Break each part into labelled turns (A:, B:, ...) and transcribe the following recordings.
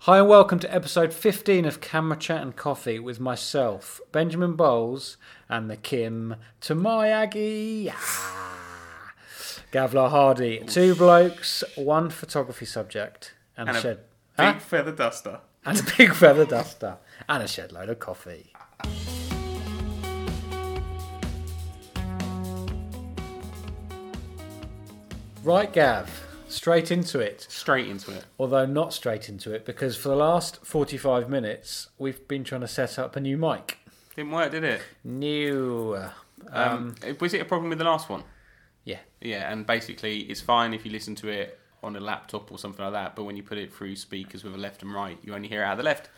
A: Hi and welcome to episode 15 of Camera Chat and Coffee with myself, Benjamin Bowles, and the Kim to my Aggie. Ah. Gavlar Hardy. Two blokes, one photography subject, and,
B: And
A: a
B: a
A: shed.
B: Big
A: Huh?
B: feather duster.
A: And a big feather duster. And a shed load of coffee. Right, Gav, straight into it
B: Straight into it.
A: although not straight into it because for the last 45 minutes we've been trying to set up a new mic
B: Didn't work, did it?
A: new
B: Um, was it a problem with the last one?
A: yeah
B: Yeah, and basically, it's fine if you listen to it on a laptop or something like that, but when you put it through speakers with a left and right, you only hear it out of the left.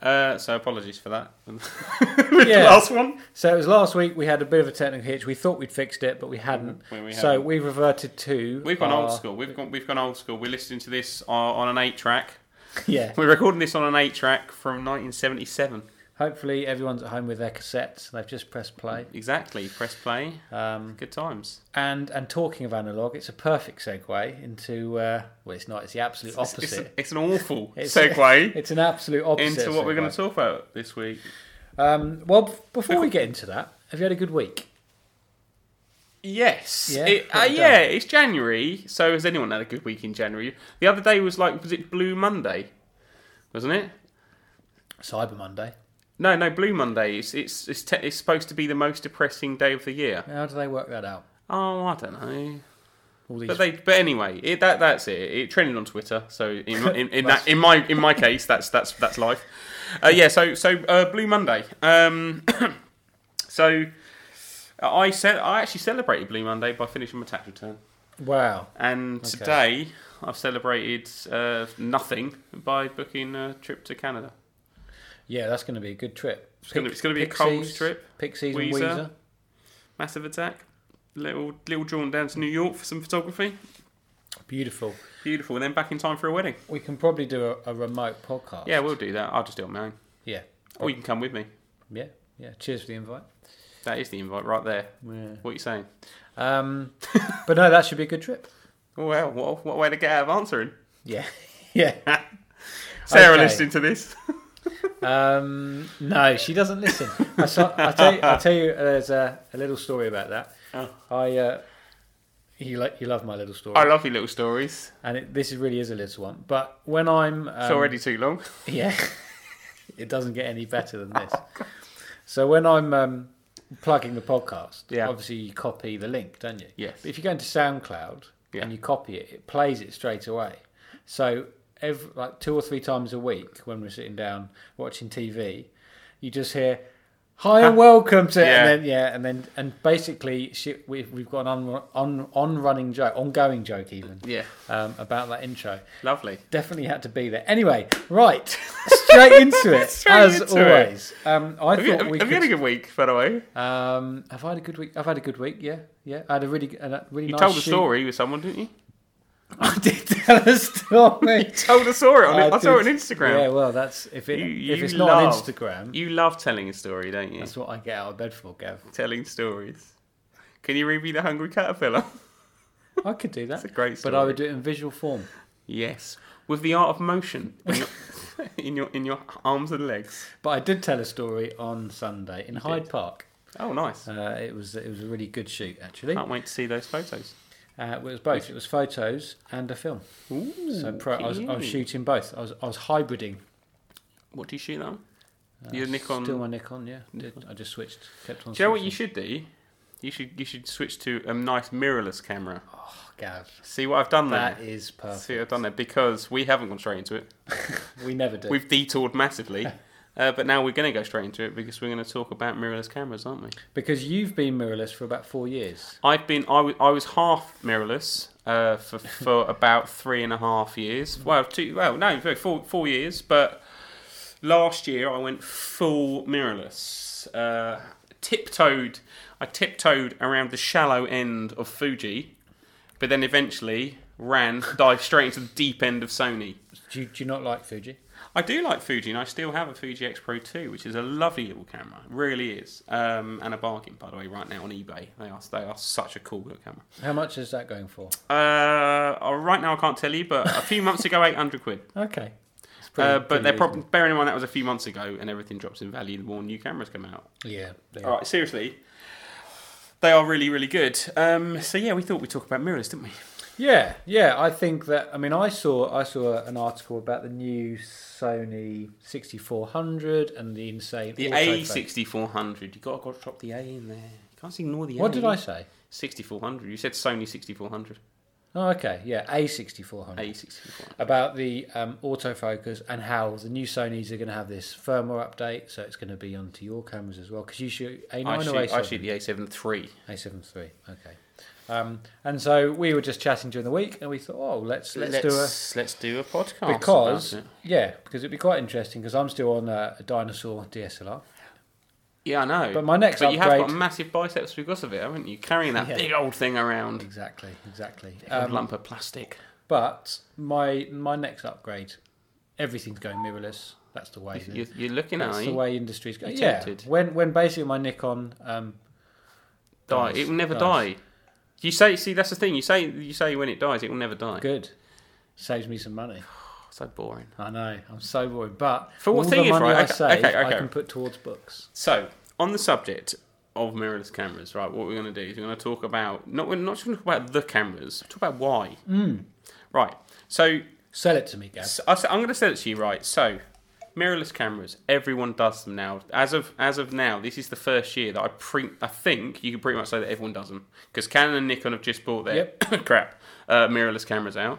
B: Uh, so apologies for that. with
A: Yeah.
B: the last one.
A: so it was last week we had a bit of a technical hitch we thought we'd fixed it but we hadn't
B: Mm, We- we
A: so
B: haven't.
A: we reverted to
B: We've gone
A: our-
B: old school. We've gone, we've gone old school. We're listening to this on, on an eight track.
A: yeah
B: We're recording this on an eight track from 1977.
A: hopefully everyone's at home with their cassettes they've just pressed play
B: Exactly. Press play.
A: um,
B: Good times.
A: and and talking of analog it's a perfect segue into uh, well it's not it's the absolute
B: It's-
A: opposite
B: It's, an- it's an awful
A: It's-
B: segue
A: it's an absolute opposite
B: into what we're going
A: segue.
B: to talk about this week.
A: um, well b- before we get into that have you had a good week
B: Yes.
A: Yeah?
B: It-
A: What
B: uh,
A: have you
B: yeah, it's January. So has anyone had a good week in January? The other day was like, was it Blue Monday? Wasn't it?
A: cyber monday
B: No, no, Blue Monday. It's it's it's, te- it's supposed to be the most depressing day of the year.
A: how do they work that out
B: Oh, I don't know.
A: all these
B: But they, but anyway, it, that that's it. It trended on Twitter. So in in, in
A: That's-
B: that in my in my case, that's that's that's life. Uh, yeah. So so uh, Blue Monday. Um, so uh, I said I actually celebrated Blue Monday by finishing my tax return.
A: Wow.
B: And today I've celebrated uh, nothing by booking a trip to Canada.
A: Yeah, that's going to be a good trip. It's
B: gonna- it's gonna be a cold trip.
A: Pixies
B: Weezer.
A: and Weezer.
B: Massive attack. Little little drawn down to New York for some photography.
A: Beautiful.
B: Beautiful. And then back in time for a wedding.
A: We can probably do a, a remote podcast.
B: Yeah, we'll do that. I'll just do it on my own.
A: Yeah.
B: Or you can come with me.
A: Yeah. Yeah. Cheers for the invite.
B: That is the invite right there.
A: Yeah.
B: What are you saying?
A: Um, but no, that should be a good trip.
B: Oh, Well, what, what way to get out of answering?
A: Yeah. Yeah.
B: Sarah
A: Okay.
B: listening to this.
A: Um, no, she doesn't listen. I saw, I tell you, I tell you, there's a, a little story about that.
B: Oh.
A: I, uh, you like, you love my little story,
B: I love your little stories.
A: and it, this is really is a little one. But when I'm, um,
B: It's already too long.
A: Yeah, it doesn't get any better than this. so when I'm um, plugging the podcast,
B: Yeah.
A: obviously you copy the link, don't you?
B: Yes.
A: But if you go into SoundCloud
B: Yeah.
A: and you copy it, it plays it straight away. So every like two or three times a week, when we're sitting down watching TV, you just hear. Hi and welcome to
B: Yeah.
A: and then yeah and then and basically she, we, we've got an on, on on running joke ongoing joke even
B: Yeah.
A: um, about that intro
B: Lovely.
A: Definitely had to be there. Anyway, right, straight into it
B: Straight
A: as
B: into it.
A: always. Um, I
B: Have you,
A: thought
B: have,
A: we
B: have you had a
A: could.
B: good week, by the way?
A: um, have I had a good week? I've had a good week. Yeah, yeah. I had a really, a really
B: You
A: nice.
B: told a
A: shoot.
B: story with someone, didn't you?
A: I did tell a story.
B: told a story. On, I,
A: I
B: saw it on
A: did. Yeah,
B: Instagram.
A: well, that's if it
B: You-
A: if
B: you
A: it's not
B: love-
A: on Instagram,
B: You love telling a story, don't you?
A: that's what I get out of bed for, Gav.
B: telling stories. Can you read me the Hungry Caterpillar?
A: I could do that.
B: It's a great story.
A: But I would do it in visual form.
B: Yes, with the art of motion in your in your, in your arms and legs.
A: But I did tell a story on Sunday in Hyde Park.
B: Oh, nice!
A: Uh, it was it was a really good shoot actually. Uh,
B: Can't wait to see those photos.
A: it was both. It was photos and a film.
B: Ooh,
A: So pro, I, was, I was
B: cute.
A: shooting both. I was I was hybriding.
B: What do you shoot on? Your Nikon.
A: Uh, Still
B: Do
A: my Nikon, yeah. Did, I just switched. Kept on.
B: you know what you
A: switching.
B: should do? You should you should switch to a nice mirrorless camera.
A: Oh, Gav,
B: See what I've done there.
A: that is
B: See
A: perfect.
B: what I've done there because we haven't gone straight into it.
A: We never do.
B: We've detoured massively, uh, but now we're going to go straight into it because we're going to talk about mirrorless cameras, aren't we?
A: because you've been mirrorless for about four years.
B: I've been I was I was half mirrorless uh, for for about three and a half years. Well, two well no four four years, but last year I went full mirrorless. Uh, tiptoed, I tiptoed around the shallow end of Fuji, but then eventually ran dived straight into the deep end of Sony.
A: Do you, do you not like Fuji?
B: I do like Fuji, and I still have a Fuji X Pro 2, which is a lovely little camera. It really is. Um, and a bargain, by the way, right now on eBay. They are, they are such a cool little camera.
A: How much is that going for?
B: Uh, oh, right now I can't tell you, but a few months ago, 800 quid.
A: Okay. It's pretty-
B: uh, but
A: pretty
B: they're probably bearing in mind that was a few months ago, and everything drops in value the more new cameras come out.
A: Yeah. they
B: All right, seriously, they are really, really good. Um, so yeah, we thought we'd talk about mirrorless, didn't we?
A: Yeah, yeah. I think that. I mean, I saw I saw an article about the new Sony 6400 and the insane
B: The
A: auto
B: A
A: focus.
B: sixty four hundred. You got to drop the A in there. You can't ignore the A.
A: What did I say?
B: Sixty four hundred. You said Sony sixty four hundred.
A: Oh, okay. Yeah, A6400.
B: A sixty four hundred.
A: About the um, autofocus and how the new Sony's are going to have this firmware update, so it's going to be onto your cameras as well. Because you shoot A9
B: I
A: or
B: shoot,
A: A7?
B: I shoot the A seven three.
A: A7 III. Okay. Um, and so we were just chatting during the week, and we thought, oh, let's let's, do a
B: let's do a podcast
A: because
B: about it.
A: yeah, because it'd be quite interesting. Because I'm still on a, a dinosaur DSLR.
B: yeah, I know.
A: But my next
B: but you have got
A: upgrade-
B: massive biceps because of it, haven't you? Carrying that
A: Yeah.
B: big old thing around,
A: Exactly, exactly.
B: big old
A: Um,
B: lump of plastic.
A: but my my next upgrade, everything's going mirrorless. That's the way.
B: You're, you're looking at
A: that's
B: it.
A: the way industry's going.
B: You're
A: Yeah.
B: tempted.
A: When when basically my Nikon um,
B: die.
A: dies-
B: It will never
A: dies.
B: die. You say, see, that's the thing. You say, you say when it dies, it will never die.
A: Good. Saves me some money.
B: So boring.
A: I know. I'm so worried. But
B: For what
A: all
B: thing
A: the
B: is,
A: money
B: right,
A: I
B: okay,
A: save,
B: okay,
A: I
B: okay.
A: can put towards books.
B: So on the subject of mirrorless cameras, right? What we're going to do is we're going to talk about not we're not just going to talk about the cameras. Talk about why.
A: Mm.
B: Right. So
A: Sell it to me, Gav.
B: So, I s- I'm going to sell it to you, right? So, mirrorless cameras, everyone does them now. As of as of now, this is the first year that I pre- I think you can pretty much say that everyone does them because Canon and Nikon have just bought their crap uh, mirrorless cameras out.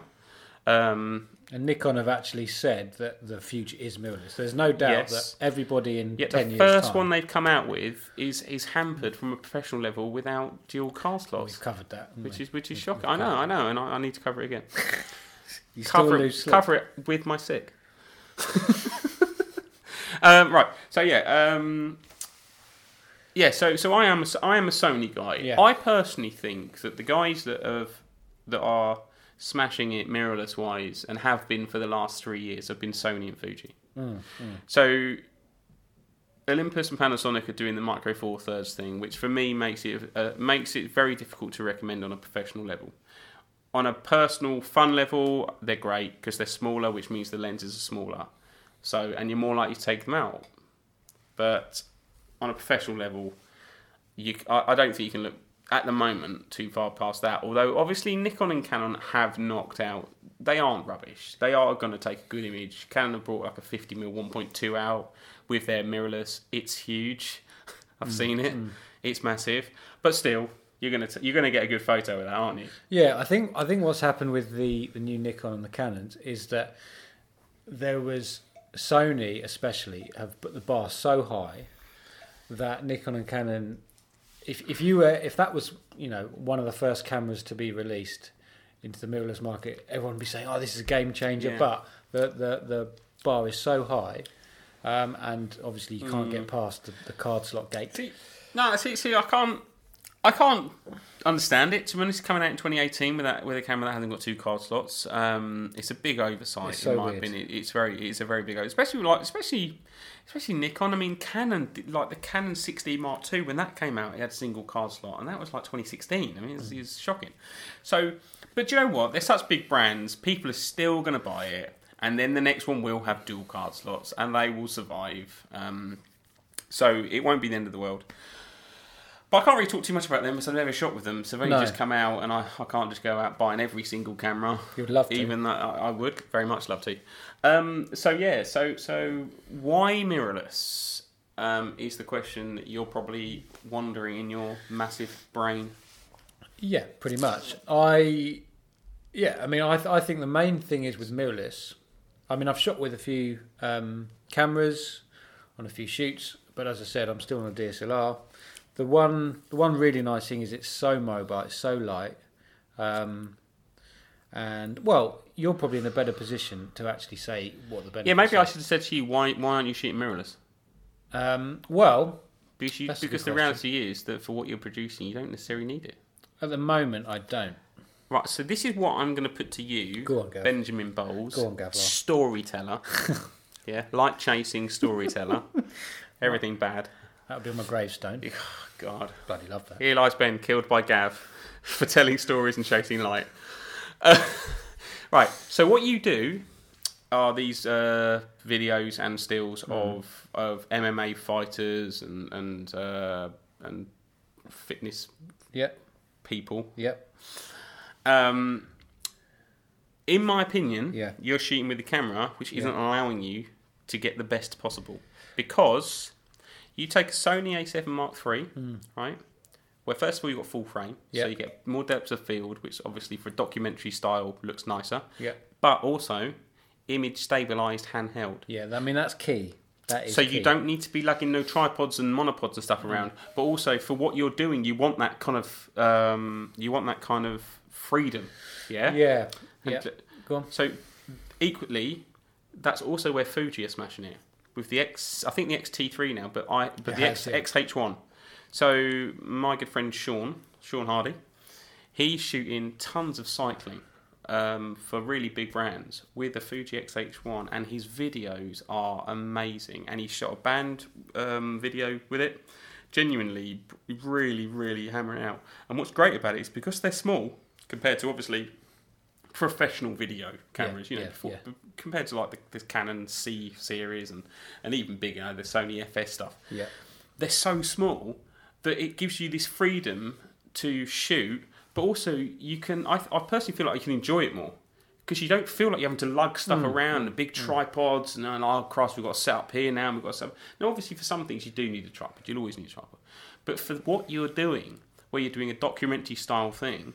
B: Um,
A: And Nikon have actually said that the future is mirrorless. There's no doubt
B: Yes.
A: that everybody in
B: yet
A: ten
B: the
A: years
B: first
A: time,
B: one they've come out with is is hampered from a professional level without dual car
A: we've
B: slots,
A: covered that. haven't
B: which
A: we?
B: is which is shocking. I know, I know, and I, I need to cover it again.
A: you
B: cover it,
A: sleep.
B: cover it with my sick. um, right. So yeah. Um, yeah. So so I am a, I am a Sony guy.
A: Yeah.
B: I personally think that the guys that have that are smashing it mirrorless wise and have been for the last three years have been Sony and Fuji. So Olympus and Panasonic are doing the micro four thirds thing, which for me makes it uh, makes it very difficult to recommend on a professional level. On a personal fun level, they're great because they're smaller, which means the lenses are smaller. So and you're more likely to take them out. But on a professional level, you c- I, I don't think you can look at the moment too far past that. Although obviously Nikon and Canon have knocked out. They aren't rubbish. They are going to take a good image. Canon have brought like a 50 mm 1.2 out with their mirrorless. It's huge. I've seen it. It's massive. But still, you're gonna t- you're gonna get a good photo of that, aren't you?
A: Yeah, I think I think what's happened with the the new Nikon and the Canons is that there was Sony especially have put the bar so high that Nikon and Canon if if you were if that was, you know, one of the first cameras to be released into the mirrorless market, everyone would be saying, "Oh, this is a game changer."
B: Yeah.
A: But the, the the bar is so high. Um, and obviously you can't get past the, the card slot gate.
B: See, no, see, see, I can't, I can't understand it. To be honest, coming out in 2018 with that with a camera that hasn't got two card slots, um, it's a big oversight
A: It's so
B: in my
A: weird.
B: opinion. It's very, it's a very big, o- especially like, especially, especially Nikon. I mean, Canon, did- like the Canon 6D Mark II, when that came out, it had a single card slot, and that was like 2016. I mean,
A: Mm.
B: it's, it's shocking. So, but do you know what? They're such big brands. People are still going to buy it. And then the next one will have dual card slots, and they will survive. Um, so it won't be the end of the world. But I can't really talk too much about them because I've never shot with them. So they've
A: No.
B: just come out, and I, I can't just go out buying every single camera.
A: You'd love to.
B: Even though I, I would very much love to. Um, so yeah, so so why mirrorless um, is the question that you're probably wondering in your massive brain.
A: Yeah, pretty much. I, yeah, I mean, I, th- I think the main thing is with mirrorless. I mean, I've shot with a few um, cameras on a few shoots, but as I said, I'm still on a DSLR. The one, the one really nice thing is it's so mobile, it's so light, um, and well, you're probably in a better position to actually say what the benefits.
B: Yeah, maybe
A: are.
B: I should have said to you why why aren't you shooting mirrorless?
A: Um, well,
B: Because you,
A: That's a good
B: because the
A: question.
B: reality is that for what you're producing, you don't necessarily need it.
A: at the moment, I don't.
B: Right, so this is what I'm going to put to you,
A: Go on, Gav.
B: Benjamin Bowles,
A: Go on, Gav.
B: storyteller. yeah, light chasing storyteller. Everything bad.
A: That'll be on my gravestone.
B: Oh, God,
A: Bloody love that.
B: here lies Ben, killed by Gav for telling stories and chasing light. Uh, right, so what you do are these uh, videos and stills
A: Hmm.
B: of of MMA fighters and and uh, and fitness
A: Yep.
B: people.
A: Yep.
B: Um, in my opinion,
A: Yeah.
B: you're shooting with the camera, which isn't allowing you to get the best possible because you take a Sony A7 Mark III, right? Well, first of all, you've got full frame,
A: Hmm. Yeah.
B: so you get more depth of field, which obviously for documentary style looks nicer.
A: Yep.
B: But also, image stabilized handheld.
A: Yeah. I mean, that's key. That is.
B: So
A: key.
B: you don't need to be lugging no tripods and monopods and stuff around. But also for what you're doing, you want that kind of um, you want that kind of freedom. Yeah.
A: Yeah.
B: And
A: Yeah.
B: t-
A: Go on.
B: So equally, that's also where Fuji are smashing it with the X. I think the XT3 now, but I but
A: It
B: the
A: has,
B: X,
A: yeah.
B: XH1. So my good friend Sean Sean Hardy, he's shooting tons of cycling. Um, for really big brands with the Fuji XH1, and his videos are amazing. And he shot a band um, video with it, genuinely, really, really hammering it out. And what's great about it is because they're small compared to obviously professional video cameras, you know,
A: yeah,
B: before,
A: yeah.
B: b- compared to like the, the Canon C series and, and even bigger, the Sony FS stuff.
A: Yeah.
B: They're so small that it gives you this freedom to shoot, but also you can, I, I personally feel like you can enjoy it more. Because you don't feel like you're having to lug stuff around, the big tripods, and, and oh Christ, we've got to set up here now, and we've got to set up. Now, obviously, for some things you do need a tripod, you'll always need a tripod. But for what you're doing, where you're doing a documentary style thing,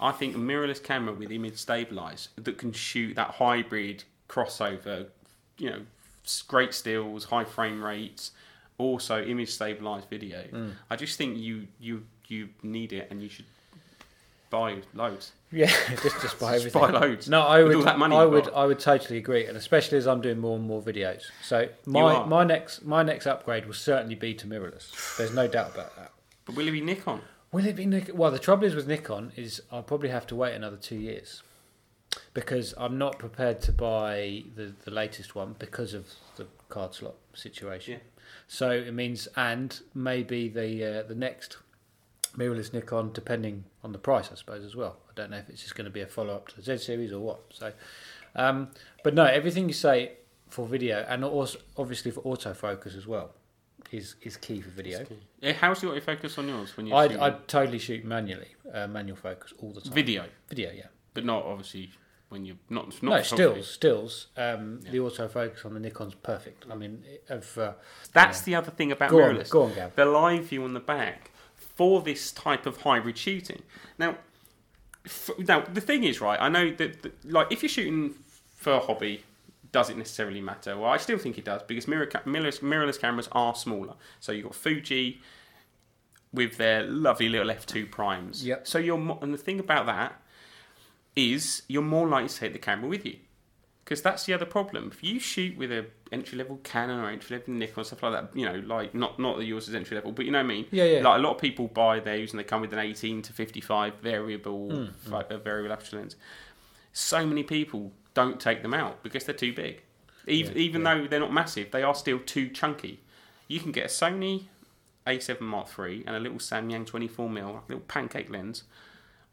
B: I think a mirrorless camera with image stabilize that can shoot that hybrid crossover, you know, s- great stills, high frame rates, also image stabilized video.
A: Mm.
B: I just think you you you need it and you should buy loads.
A: Yeah, just just buy
B: Just
A: everything.
B: buy loads.
A: No, I
B: With
A: would.
B: all that money
A: I
B: you've
A: would.
B: got.
A: I would totally agree, and especially as I'm doing more and more videos. So
B: You
A: my
B: are.
A: my next my next upgrade will certainly be to mirrorless. There's no doubt about that.
B: But will it be Nikon?
A: Will it be Nikon? Well, the trouble is with Nikon is I'll probably have to wait another two years because I'm not prepared to buy the, the latest one because of the card slot situation. So it means, and maybe the uh, the next mirrorless Nikon, depending on the price, I suppose as well. I don't know if it's just going to be a follow up to the Z series or what. So, um, but no, everything you say for video and also obviously for autofocus as well is is key for video.
B: Eh, How's your focus on yours when you
A: I'd,
B: shoot
A: I'd totally shoot manually, uh, manual focus all the time.
B: video,
A: Video, yeah.
B: but not obviously when you're not not
A: no,
B: photography.
A: stills, stills. Um, The autofocus on the Nikon's perfect. I mean, of uh,
B: That's the other thing about
A: go on,
B: mirrorless.
A: go on, Gav.
B: the live view on the back for this type of hybrid shooting. Now, f- now the thing is, right? I know that, that like if you're shooting for a hobby, does it necessarily matter? Well, I still think it does because mirror ca- mirrorless, mirrorless cameras are smaller. So you've got Fuji with their lovely little f2 primes.
A: Yep.
B: So you're mo- and the thing about that is you're more likely to take the camera with you. Because that's the other problem. If you shoot with a entry level Canon or entry level Nikon stuff like that, you know, like not not that yours is entry level, but you know what I mean.
A: Yeah, yeah.
B: Like a lot of people buy those and they come with an 18 to 55 variable
A: Hmm.
B: fi- uh, variable aperture lens. So many people don't take them out because they're too big. Even,
A: Yeah,
B: even though they're not massive, they are still too chunky. You can get a Sony A7 Mark III and a little Samyang 24mm, little pancake lens,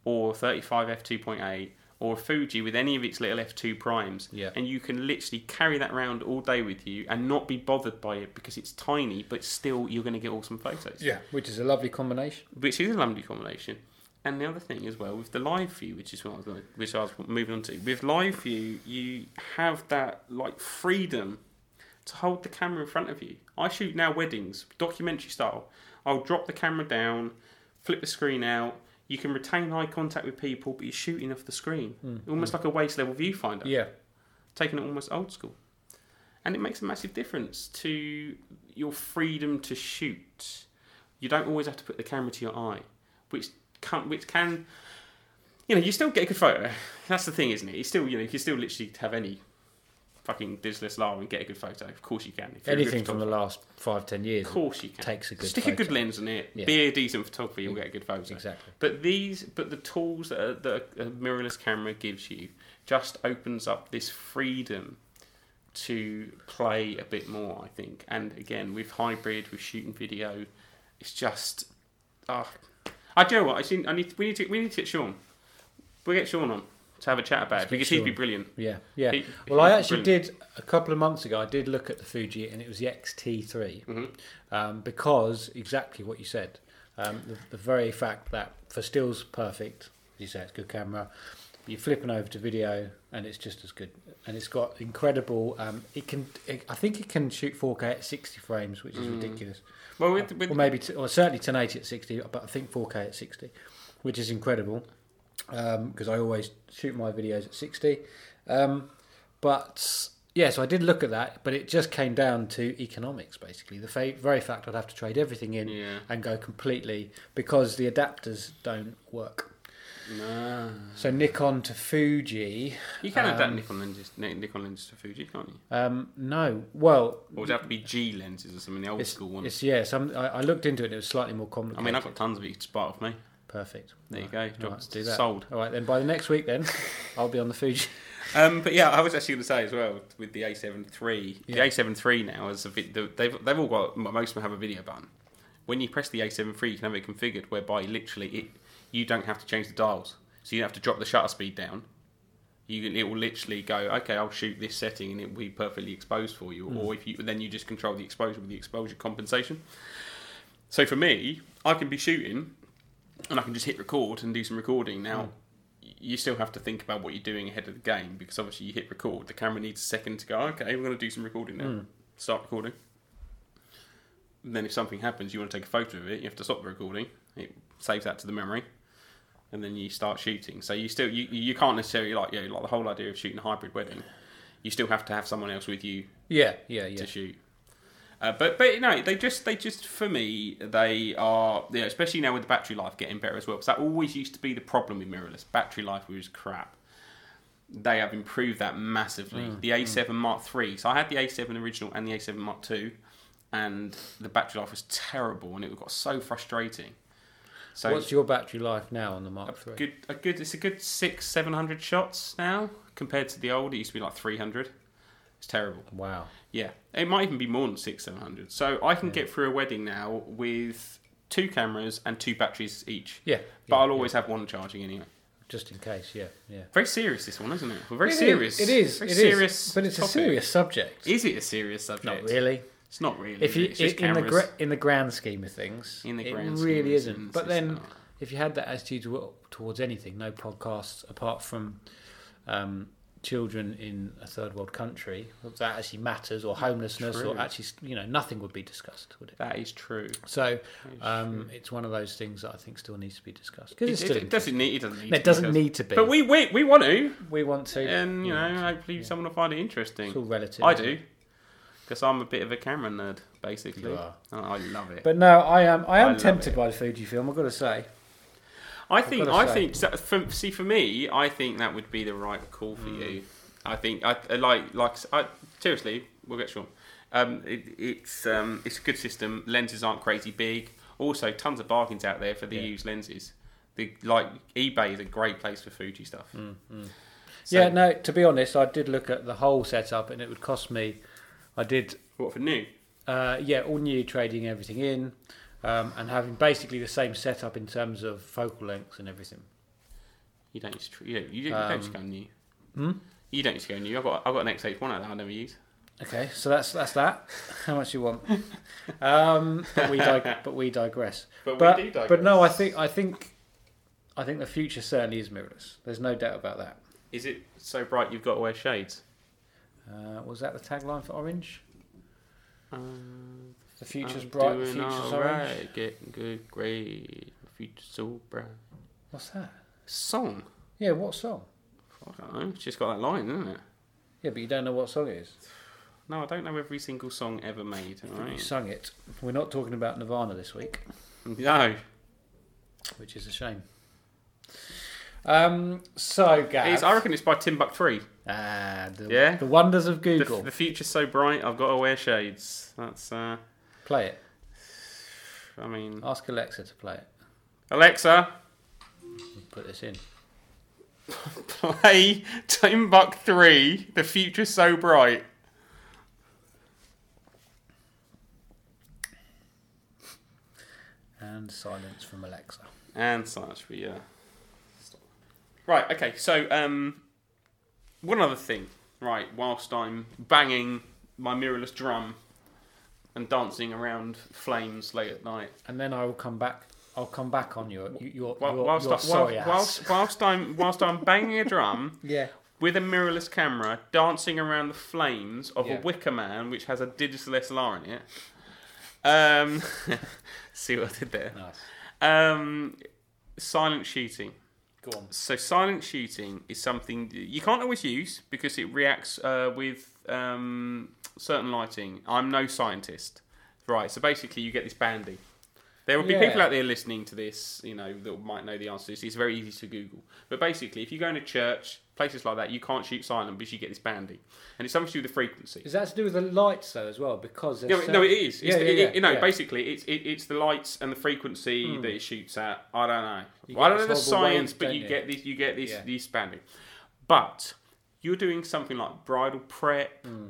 B: or 35 f2.8 or a Fuji with any of its little f2 primes
A: Yeah.
B: and you can literally carry that around all day with you and not be bothered by it because it's tiny but still you're going to get awesome photos
A: Yeah, which is a lovely combination.
B: which is a lovely combination and the other thing as well with the live view which is what I was, gonna- which I was moving on to with live view you have that like freedom to hold the camera in front of you I shoot now weddings documentary style I'll drop the camera down flip the screen out you can retain eye contact with people but you're shooting off the screen almost like a waist level viewfinder
A: Yeah,
B: taking it almost old school. And it makes a massive difference to your freedom to shoot. You don't always have to put the camera to your eye, which can, which can, you know, you still get a good photo. That's the thing, isn't it? You still, you know, you can still literally have any fucking DSLR and get a good photo. Of course you can. If you're a good
A: anything from the
B: photographer.
A: last five ten years
B: Of course you can.
A: takes a good
B: Stick
A: photo.
B: a good lens on it.
A: Yeah.
B: Be a decent photographer, you'll get a good photo.
A: Exactly.
B: But these, but the tools that, are, that a mirrorless camera gives you just opens up this freedom to play a bit more, I think. And again, with hybrid, with shooting video, it's just, ah, I do you know what I think. I need. We need to. We need to get Sean. We'll get Sean on to have a chat about it because he'd be
A: sure.
B: brilliant.
A: Yeah, yeah.
B: He-
A: well, I
B: he's
A: actually did a couple of months ago. I did look at the Fuji, and it was the XT3 um, because exactly what you said. Um, the, the very fact that for stills, perfect. As you say, it's a good camera. You're flipping over to video, and it's just as good. And it's got incredible. Um, it can. It, I think it can shoot 4K at 60 frames, which is ridiculous.
B: Well, with, with
A: or maybe, t- or certainly 1080 at 60, but I think 4K at 60, which is incredible because I always shoot my videos at 60. Um, but yeah, so I did look at that, but it just came down to economics basically. The fa- very fact I'd have to trade everything in
B: Yeah.
A: and go completely because the adapters don't work.
B: no.
A: So Nikon to Fuji,
B: you can adapt Nikon lenses, Ni- Nikon lenses to Fuji, can't you?
A: um, no. Well,
B: Or would it have to be G lenses or something, the old
A: it's,
B: school ones?
A: it's yeah. Some I, I looked into it. and It was slightly more
B: I
A: complicated.
B: mean, I've got tons of it you could spot off me.
A: perfect.
B: There you
A: Right.
B: go.
A: All
B: Job
A: right, let's do that.
B: sold.
A: All right, then by the next week, then I'll be on the Fuji.
B: Um, but yeah, I was actually going to say as well with the A73. The
A: Yeah.
B: A73 now is a vid- the- they've they've all got most of them have a video button. When you press the A73, you can have it configured whereby literally it you don't have to change the dials, so you don't have to drop the shutter speed down. You can, it will literally go okay. I'll shoot this setting and it will be perfectly exposed for you. Or if you then you just control the exposure with the exposure compensation. So for me, I can be shooting and I can just hit record and do some recording. Now, y you still have to think about what you're doing ahead of the game because obviously you hit record, the camera needs a second to go, okay, we're going to do some recording now. Start recording. And then if something happens, you want to take a photo of it, you have to stop the recording. It saves that to the memory. And then you start shooting. So you still you, you can't necessarily like yeah, like the whole idea of shooting a hybrid wedding. You still have to have someone else with you
A: Yeah, yeah, yeah.
B: to shoot. Uh, but but no, they just they just for me they are you know, especially now with the battery life getting better as well because that always used to be the problem with mirrorless battery life was crap. They have improved that massively. the A7 Mark III. So I had the A7 original and the A7 Mark II, and the battery life was terrible and it got so frustrating. So
A: What's your battery life now on the Mark Three?
B: good a good it's a good six seven hundred shots now compared to the old. It used to be like three hundred. It's terrible.
A: Wow.
B: Yeah, it might even be more than six seven hundred. So I can get through a wedding now with two cameras and two batteries each.
A: Yeah.
B: but
A: yeah,
B: I'll always have one charging anyway.
A: just in case. Yeah, yeah.
B: Very serious this one, isn't it? We're very
A: It is-
B: serious.
A: It is.
B: Very
A: it is,
B: serious.
A: But it's a
B: topic.
A: serious subject.
B: Is it a serious subject?
A: Not really.
B: It's not really.
A: If you
B: it's just
A: in the
B: cameras.
A: gra- in the grand scheme of things,
B: In the
A: it
B: grand scheme
A: really
B: of
A: isn't.
B: things,
A: But
B: it's
A: then,
B: not.
A: if you had that attitude to- towards anything, no podcasts apart from um, children in a third world country that actually matters, or homelessness,
B: True.
A: or actually, you know, nothing would be discussed, would it?
B: that is true.
A: So, um, it's one of those things that I think still needs to be discussed because it's
B: it,
A: still
B: it doesn't need. It doesn't need.
A: interesting. it
B: to
A: doesn't
B: because-
A: need to be.
B: But we, we we want to,
A: we want to,
B: and you
A: Yeah.
B: know, hopefully someone will find it interesting.
A: it's all relative.
B: I
A: isn't
B: do,
A: it?
B: because I'm a bit of a camera nerd, basically.
A: You are.
B: And I love it.
A: But no, I am. I
B: I
A: am
B: love
A: tempted
B: it.
A: by the Fuji film. I've got to say.
B: I think
A: gotta
B: I
A: say.
B: think so for, see for me, I think that would be the right call
A: Mm.
B: for you. I think I I like like I, seriously, we'll get Sean. Um, it, it's um, it's a good system. Lenses aren't crazy big. Also, tons of bargains out there for the
A: Yeah.
B: used lenses. The like eBay is a great place for Fuji stuff. So,
A: Mm, yeah, no. To be honest, I did look at the whole setup, and it would cost me. I did,
B: What for new?
A: uh, yeah, all new trading everything in, um, and having basically the same setup in terms of focal lengths and everything.
B: You don't use tr- you don't, you don't, you don't just go
A: Um,
B: new. You don't just go new. I've got I've got an XH1 out that I never use.
A: Okay, so that's that's that. How much you want? Um, but we dig- but we digress.
B: But we do digress.
A: But no, I think I think I think the future certainly is mirrorless. There's no doubt about that.
B: Is it so bright you've got to wear shades?
A: Uh, was that the tagline for Orange?
B: Um,
A: The future's
B: I'm
A: bright, the
B: doing
A: future's
B: all
A: orange.
B: right, Getting good grade. The future's so bright.
A: What's that?
B: Song.
A: Yeah, what song?
B: I don't know. It's just got that line, isn't it?
A: Yeah, but you don't know what song it is.
B: No, I don't know every single song ever made. all
A: You
B: Right?
A: sung it. We're not talking about Nirvana this week,
B: No,
A: which is a shame. Um, so,
B: it's,
A: guys,
B: I reckon it's by Timbuk3.
A: ah, the,
B: Yeah?
A: the wonders of
B: The,
A: Google.
B: the future's so bright. I've got to wear shades. That's. uh
A: play it.
B: I mean,
A: Ask Alexa to play it.
B: Alexa,
A: We'll put this in.
B: play Timbuk3. The future's so bright.
A: And silence from Alexa.
B: And such, but yeah. Stop. Right, okay, so um, one other thing, right, whilst I'm banging my mirrorless drum and dancing around flames late at night.
A: and then I will come back. I'll come back on your your,
B: Whi-
A: your,
B: whilst,
A: your
B: I, whilst,
A: sorry ass.
B: whilst, whilst I'm whilst I'm banging a drum
A: yeah,
B: with a mirrorless camera, dancing around the flames of
A: Yeah.
B: a Wicker Man, which has a digital SLR in it. Um, see what I did there.
A: nice.
B: Um, silent shooting.
A: Go on.
B: So silent shooting is something that you can't always use because it reacts uh, with um, certain lighting. I'm no scientist, right? So basically, you get this banding. There will be
A: Yeah.
B: people out there listening to this, you know, that might know the answer. to this. It's very easy to Google. But basically, if you go into church, places like that, you can't shoot silent because you get this banding, and it's something to do with the frequency.
A: Is that to do with the lights though as well? Because there's
B: Yeah, but-
A: certain-
B: no, it is. It's
A: Yeah,
B: the,
A: yeah,
B: it-
A: yeah,
B: it- you know,
A: yeah. Hmm.
B: basically, it's it, it's the lights and the frequency that it shoots at. I don't know.
A: You
B: Well, I
A: get
B: don't know the
A: this horrible
B: science,
A: wave,
B: but
A: don't
B: you
A: you?
B: get this. You get this.
A: Yeah.
B: These banding. But you're doing something like bridal prep,
A: Hmm.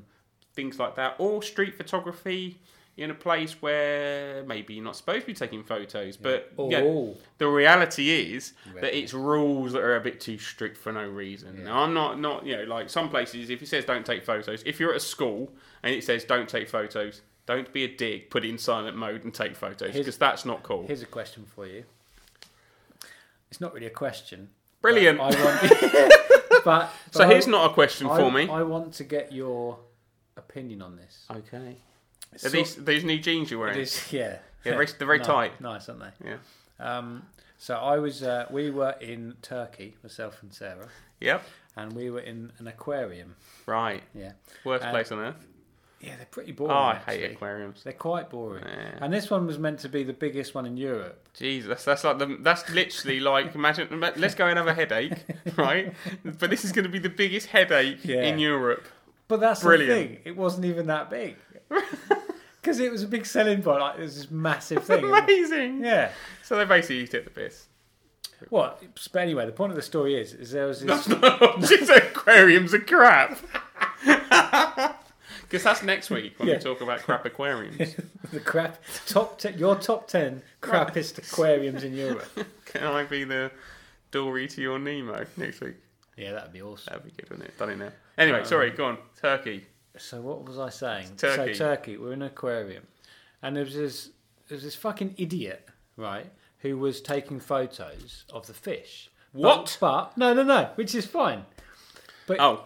B: things like that, or street photography in a place where maybe you're not supposed to be taking photos. But
A: Or
B: yeah,
A: all.
B: the reality is that
A: Yeah.
B: it's rules that are a bit too strict for no reason. Now, I'm not, not you know, like some places, if it says don't take photos, if you're at a school and it says don't take photos, don't be a dig, put it in silent mode and take photos
A: Here's-
B: because that's not cool.
A: Here's a question for you. It's not really a question.
B: Brilliant.
A: But, I want- but- but
B: so
A: I-
B: here's not a question
A: I-
B: for me.
A: I want to get your opinion on this.
B: okay. Are
A: So-
B: these these new jeans you're
A: It
B: wearing?
A: is, yeah.
B: Yeah, very- they're very
A: Ni-
B: tight.
A: Nice, aren't they?
B: Yeah.
A: Um, so I was, uh, we were in Turkey, myself and Sarah,
B: Yep.
A: and we were in an aquarium.
B: Right.
A: Yeah,
B: Worst
A: Uh,
B: place on earth.
A: yeah, they're pretty boring.
B: Oh, I hate
A: actually.
B: aquariums.
A: They're quite boring.
B: Yeah.
A: And this one was meant to be the biggest one in Europe.
B: Jesus, that's, that's like the that's literally like imagine. ima- Let's go and have a headache, right? But this is going to be the biggest headache
A: Yeah.
B: in Europe.
A: But that's
B: Brilliant.
A: the thing; it wasn't even that big. Because it was a big selling point. Like, it was this massive thing.
B: Amazing.
A: yeah.
B: So they basically took the piss.
A: What? But anyway, the point of the story is, is there was this.
B: These aquariums are crap. Because that's next week when
A: Yeah.
B: we talk about crap aquariums.
A: the crap top ten, your top ten crappest aquariums in Europe.
B: Can I be the Dory to your Nemo next week?
A: Yeah, that'd be awesome.
B: That'd be good, wouldn't it? Done it now. Anyway,
A: Um,
B: sorry. Go on. Turkey.
A: So what was I saying?
B: Turkey.
A: So Turkey, we're in an aquarium, and there was this there was this fucking idiot, right, who was taking photos of the fish. But-
B: What?
A: But, no, no, no, which is fine.
B: Oh,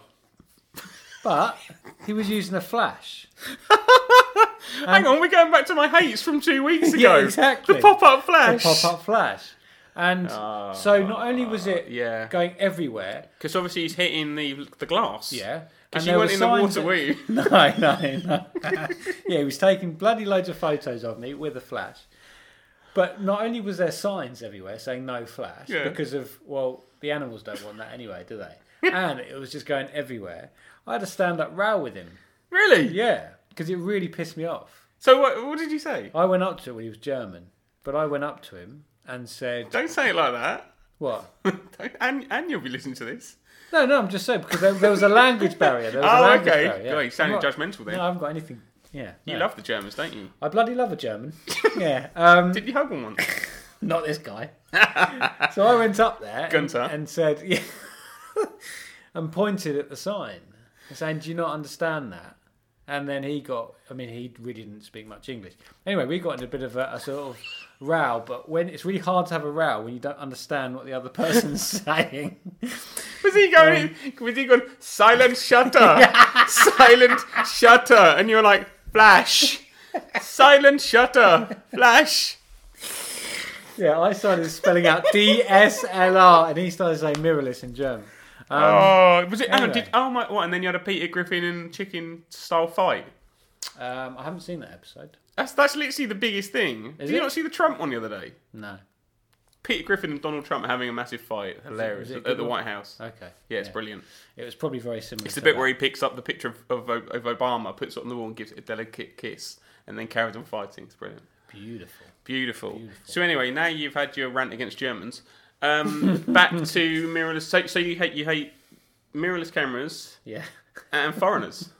A: But he was using a flash.
B: hang on. We're going back to my hates from two weeks ago.
A: Um, Yeah, exactly.
B: The pop-up
A: A
B: flash.
A: pop-up flash. And
B: Ah,
A: so not only was it
B: yeah.
A: going everywhere,
B: Because obviously he's hitting the the glass.
A: yeah. and
B: Because you
A: there
B: weren't
A: were
B: in the
A: signs
B: water,
A: that-
B: were you?
A: No, no, no. yeah, he was taking bloody loads of photos of me with a flash. But not only was there signs everywhere saying no flash
B: Yeah.
A: because of well, the animals don't want that anyway, do they? and it was just going everywhere. I had a stand-up row with him.
B: Really?
A: Yeah, because it really pissed me off.
B: So what, what did you say?
A: I went up to him when he was German, but I went up to him and said,
B: Don't say it like that.
A: "What?
B: Don't- and and you'll be listening to this.
A: No, no, I'm just saying because there, there was a language barrier. There was a
B: Oh,
A: language
B: okay.
A: barrier.
B: God, you sounded
A: I'm not-
B: judgmental then.
A: No, I haven't got anything. Yeah,
B: you
A: no.
B: love the Germans, don't you?
A: I bloody love a German. yeah. Um,
B: Did you hug one once?
A: not this guy. so I went up there and-
B: Gunter.
A: And, said, yeah, and pointed at the sign, saying, "Do you not understand that?" And then he got. I mean, he really didn't speak much English. Anyway, we got into a bit of a, a sort of row. But when it's really hard to have a row when you don't understand what the other person's saying.
B: Was he
A: Um,
B: going? was he going? Silent shutter, silent shutter, and you're like flash, silent shutter, flash.
A: Yeah, I started spelling out DSLR, and he started saying mirrorless in German.
B: oh, was it? hang
A: Um,
B: on,
A: anyway.
B: did, oh my! What? And then you had a Peter Griffin and chicken style fight.
A: Um, I haven't seen that episode.
B: That's that's literally the biggest thing.
A: Is
B: did you
A: it?
B: not see the Trump one the other day?
A: No.
B: Peter Griffin and Donald Trump having a massive fight. Hilarious
A: is it Oh, a
B: at
A: good
B: the
A: one?
B: White House.
A: Okay.
B: Yeah, it's brilliant.
A: It was probably very similar.
B: It's the bit where he picks up the picture of, of, of Obama, puts it on the wall, and gives it a delicate kiss, and then carries on fighting. It's brilliant.
A: beautiful.
B: Beautiful. So anyway, now you've had your rant against Germans. Um, back to mirrorless. So, so you hate you hate mirrorless cameras
A: Yeah.
B: and foreigners.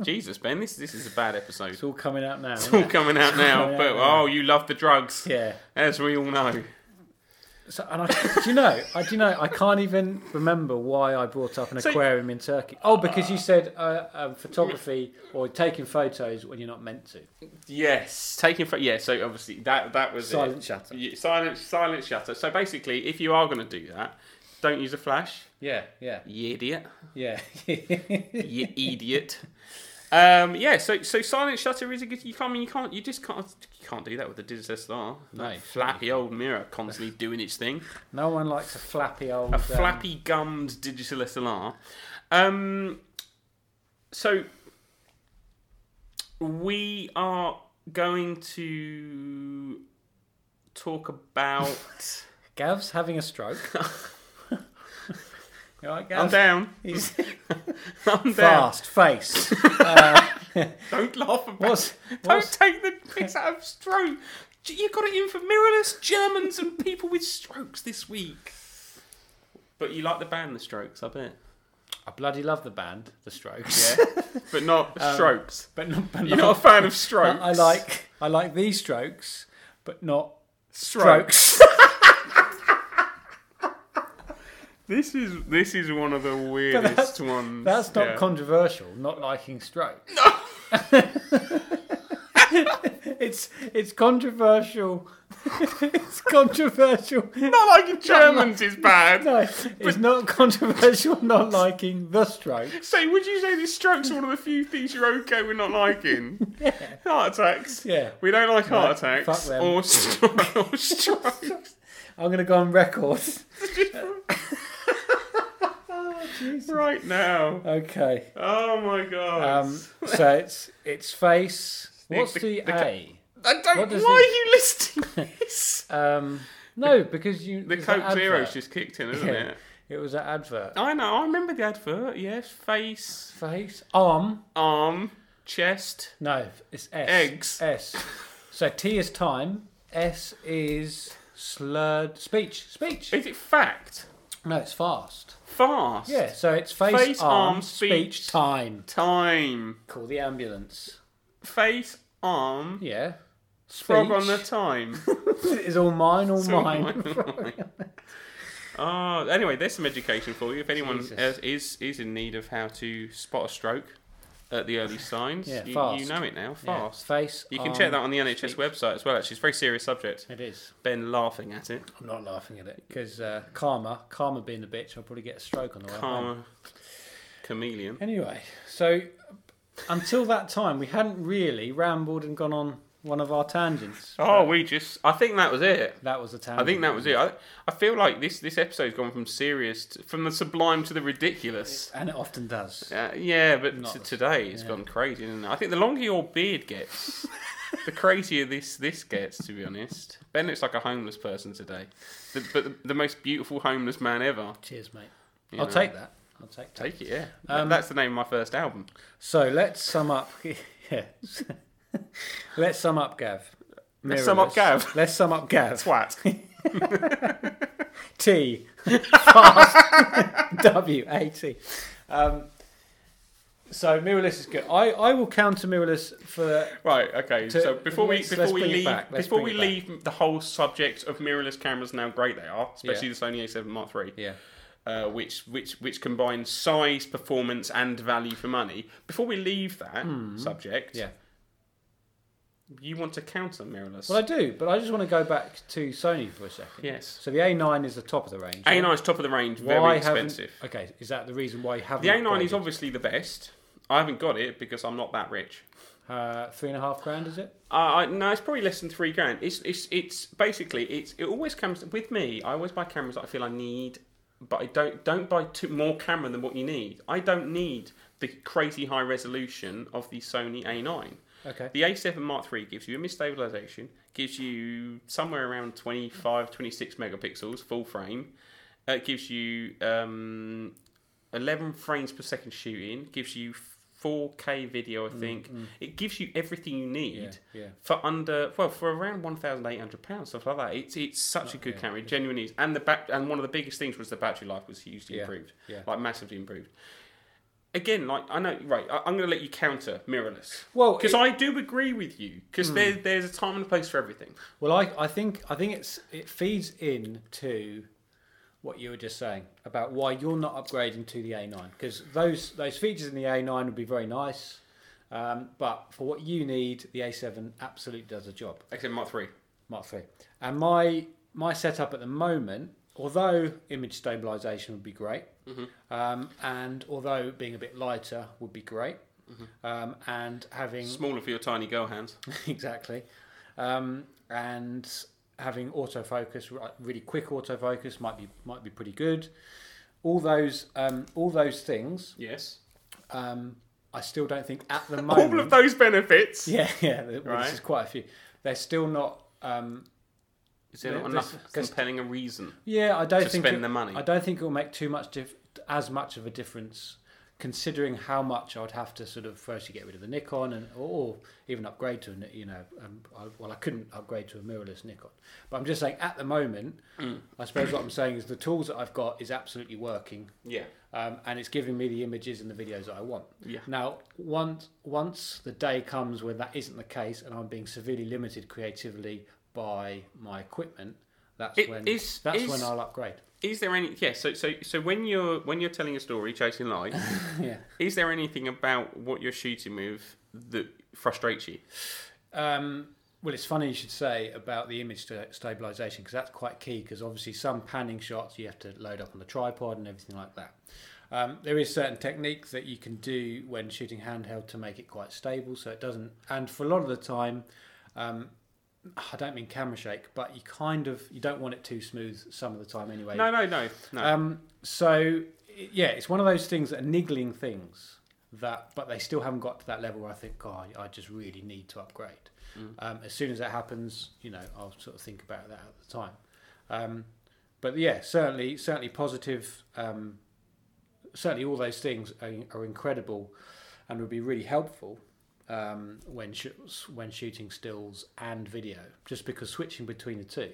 B: Jesus, Ben, this this is a bad episode.
A: It's all coming out now.
B: It's
A: isn't
B: all
A: it?
B: coming out now. oh,
A: coming out
B: but
A: now.
B: oh, you love the drugs,
A: Yeah.
B: as we all know.
A: So, and I, do you know? I do you know? I can't even remember why I brought up an
B: So-
A: aquarium in Turkey. Oh, because you said uh, um, photography or taking photos when you're not meant to.
B: Yes, taking for yeah. So obviously that that was it.
A: Silent shutter.
B: Y- Silent silent shutter. So basically, if you are going to do that, don't use a flash.
A: Yeah, yeah,
B: You idiot.
A: yeah.
B: you idiot. Um, yeah, so so silent shutter is a good. You can't I mean, you can't you just can't you can't do that with the DSLR.
A: No.
B: That flappy old mirror constantly doing its thing.
A: no one likes a flappy old. um,
B: A flappy gummed digital SLR. Um, so we are going to talk about.
A: Gav's having a stroke. you all right,
B: I'm
A: Gav?
B: down.
A: He's
B: I'm down.
A: fast face.
B: Don't laugh about.
A: What's,
B: Don't
A: what's
B: take the piss out of stroke. G- You got it in for mirrorless Germans and people with strokes this week. But you like the band, The Strokes, I bet.
A: I bloody love the band, The Strokes.
B: Yeah, but not Strokes.
A: but not, but
B: You're
A: not-
B: not a fan of Strokes.
A: Um, I like I like these strokes, but not
B: Strokes.
A: strokes.
B: This is this is one of the weirdest
A: that's-
B: ones.
A: That's not
B: yeah.
A: controversial. Not liking strokes. it's it's controversial. it's controversial.
B: not like Germans is bad.
A: No, it's not controversial. Not liking the strokes.
B: So would you say this Strokes are one of the few things you're okay with not liking? Heart attacks.
A: Yeah,
B: We don't like
A: No,
B: heart
A: fuck
B: attacks
A: them.
B: or, st- or strokes.
A: I'm gonna go on record.
B: right now.
A: Okay.
B: Oh my god.
A: Um. So it's it's face. What's
B: the-
A: the,
B: the ca-
A: A?
B: I don't.
A: what
B: Why
A: does
B: are
A: this-
B: you listing this?
A: Um. No, because you
B: The
A: it was that
B: Coke Zero's
A: advert.
B: just kicked in, isn't
A: Yeah.
B: it?
A: It was an advert.
B: I know. I remember the advert. Yes, face,
A: Face, arm.
B: arm, chest.
A: No, it's S.
B: Eggs.
A: S. So T is time. S is slurred speech. Speech.
B: Is it fact?
A: No, it's fast.
B: Fast.
A: Yeah. So it's face,
B: Face,
A: arm,
B: arm,
A: speech,
B: speech.
A: time.
B: Time.
A: Call the ambulance.
B: Face, arm,
A: Yeah. Speech
B: frog on the time.
A: is all mine, all
B: All
A: mine.
B: mine. Oh, anyway, there's some education for you. If anyone
A: Jesus.
B: is, is is in need of how to spot a stroke at the early signs,
A: Yeah,
B: you,
A: fast.
B: you know it now.
A: Yeah,
B: Fast.
A: Face.
B: You can
A: arm,
B: check that on the NHS website as well. Actually, it's a very serious subject.
A: It is.
B: Ben laughing at it.
A: I'm not laughing at it because uh, karma, karma being a bitch, I'll probably get a stroke on the way home.
B: Karma, chameleon.
A: Anyway, so until that time, we hadn't really rambled and gone on one of our tangents.
B: Oh, we just. I think that was it.
A: That was the tangent.
B: I think that was it. I, I feel like this this episode's gone from serious, to, from the sublime to the ridiculous.
A: And it often does.
B: Uh, yeah, but
A: Not
B: t-
A: the-
B: today it's
A: yeah.
B: gone crazy. Isn't it? I think the longer your beard gets, the crazier this this gets. To be honest, Ben looks like a homeless person today, the, but the, the most beautiful homeless man ever.
A: Cheers, mate.
B: you
A: I'll
B: know.
A: take that. I'll take that.
B: Take it, yeah.
A: Um,
B: That's the name of my first album.
A: So let's sum up. yeah. let's sum up, Gav.
B: Let's sum up
A: Mirrorless.
B: Gav.
A: Let's sum up, Gav.
B: Twat.
A: T. Fast. W. A. T. Um, so mirrorless is good. I, I will counter mirrorless for
B: Right. Okay.
A: To-
B: so before we
A: let's-
B: before
A: let's
B: we
A: bring it
B: leave
A: back, let's
B: before we
A: bring it
B: leave the whole subject of mirrorless cameras and how great they are, especially the Sony A7 Mark III,
A: yeah
B: uh, which which which combines size, performance, and value for money. Before we leave that subject,
A: Hmm. yeah.
B: you want to counter mirrorless.
A: Well, I do, but I just want to go back to Sony for a second.
B: yes.
A: So the A9 is the top of the range. right?
B: A9 is top of the range, very
A: haven't-
B: expensive.
A: Okay, is that the reason why you haven't?
B: The A9 is
A: upgraded?
B: obviously the best. I haven't got it because I'm not that rich.
A: uh, three and a half grand, is it?
B: Uh, I- no, it's probably less than three grand. It's it's it's basically it's it always comes with me. I always buy cameras that I feel I need, but I don't don't buy two, more camera than what you need. I don't need the crazy high resolution of the Sony A9.
A: Okay.
B: The A7 Mark III gives you image stabilization, gives you somewhere around 25, 26 megapixels full frame. Uh, It gives you um, 11 frames per second shooting, gives you 4K video, I think. It gives you everything you need
A: Mm, Yeah, yeah.
B: for under well for around one thousand eight hundred pounds stuff like that. It's it's such a good
A: Oh, yeah,
B: camera, it genuinely is. And the back and one of the biggest things was the battery life was hugely
A: Yeah,
B: improved,
A: yeah.
B: like massively improved. again, like I know, right? I, I'm going to let you counter mirrorless.
A: Well,
B: because
A: it-
B: I do agree with you. Because there, there's a time and a place for everything.
A: Well, I, I think I think it's it feeds in to what you were just saying about why you're not upgrading to the A9 because those those features in the A9 would be very nice, um, but for what you need, the A7 absolutely does the job.
B: Except Mark Three.
A: Mark three. And my my setup at the moment, although image stabilization would be great, um, and although being a bit lighter would be great, um, and having
B: Smaller for your tiny girl hands.
A: exactly. Um, and having autofocus, ri- really quick autofocus, might be might be pretty good. All those, um, all those things.
B: Yes.
A: Um, I still don't think at the moment.
B: All of those benefits.
A: yeah, yeah. th- well,
B: Right.
A: This is quite a few. They're still not. Um,
B: Is there
A: Yeah,
B: not
A: this-
B: enough
A: this-
B: compelling a reason?
A: yeah, I don't
B: To
A: think
B: spend
A: it-
B: the money.
A: I don't think it will make too much dif- as much of a difference. Considering how much I would have to sort of firstly get rid of the Nikon and or, or even upgrade to a Ni- you know um, I, well I couldn't upgrade to a mirrorless Nikon but I'm just saying at the moment
B: Mm.
A: I suppose what I'm saying is the tools that I've got is absolutely working
B: Yeah.
A: um, and it's giving me the images and the videos that I want.
B: Yeah.
A: Now, once once the day comes when that isn't the case, and I'm being severely limited creatively by my equipment, that's
B: It
A: when
B: is-
A: that's
B: is-
A: when I'll upgrade.
B: Is there any? Yeah. So so so when you're when you're telling a story, chasing light,
A: yeah.
B: is there anything about what you're shooting with that frustrates you?
A: Um, well, it's funny you should say about the image sta- stabilization because that's quite key. Because obviously, some panning shots you have to load up on the tripod and everything like that. Um, there is certain technique that you can do when shooting handheld to make it quite stable, so it doesn't. And for a lot of the time, um, I don't mean camera shake, but you kind of you don't want it too smooth some of the time anyway.
B: No, no, no, no.
A: Um, so i- yeah, it's one of those things that are niggling things that, but they still haven't got to that level where I think, oh, I- I just really need to upgrade. Um, as soon as that happens, you know, I'll sort of think about that at the time. Um, but yeah, certainly, certainly positive. Um, certainly, all those things are, are incredible, and would be really helpful um, when sh- when shooting stills and video. Just because switching between the two,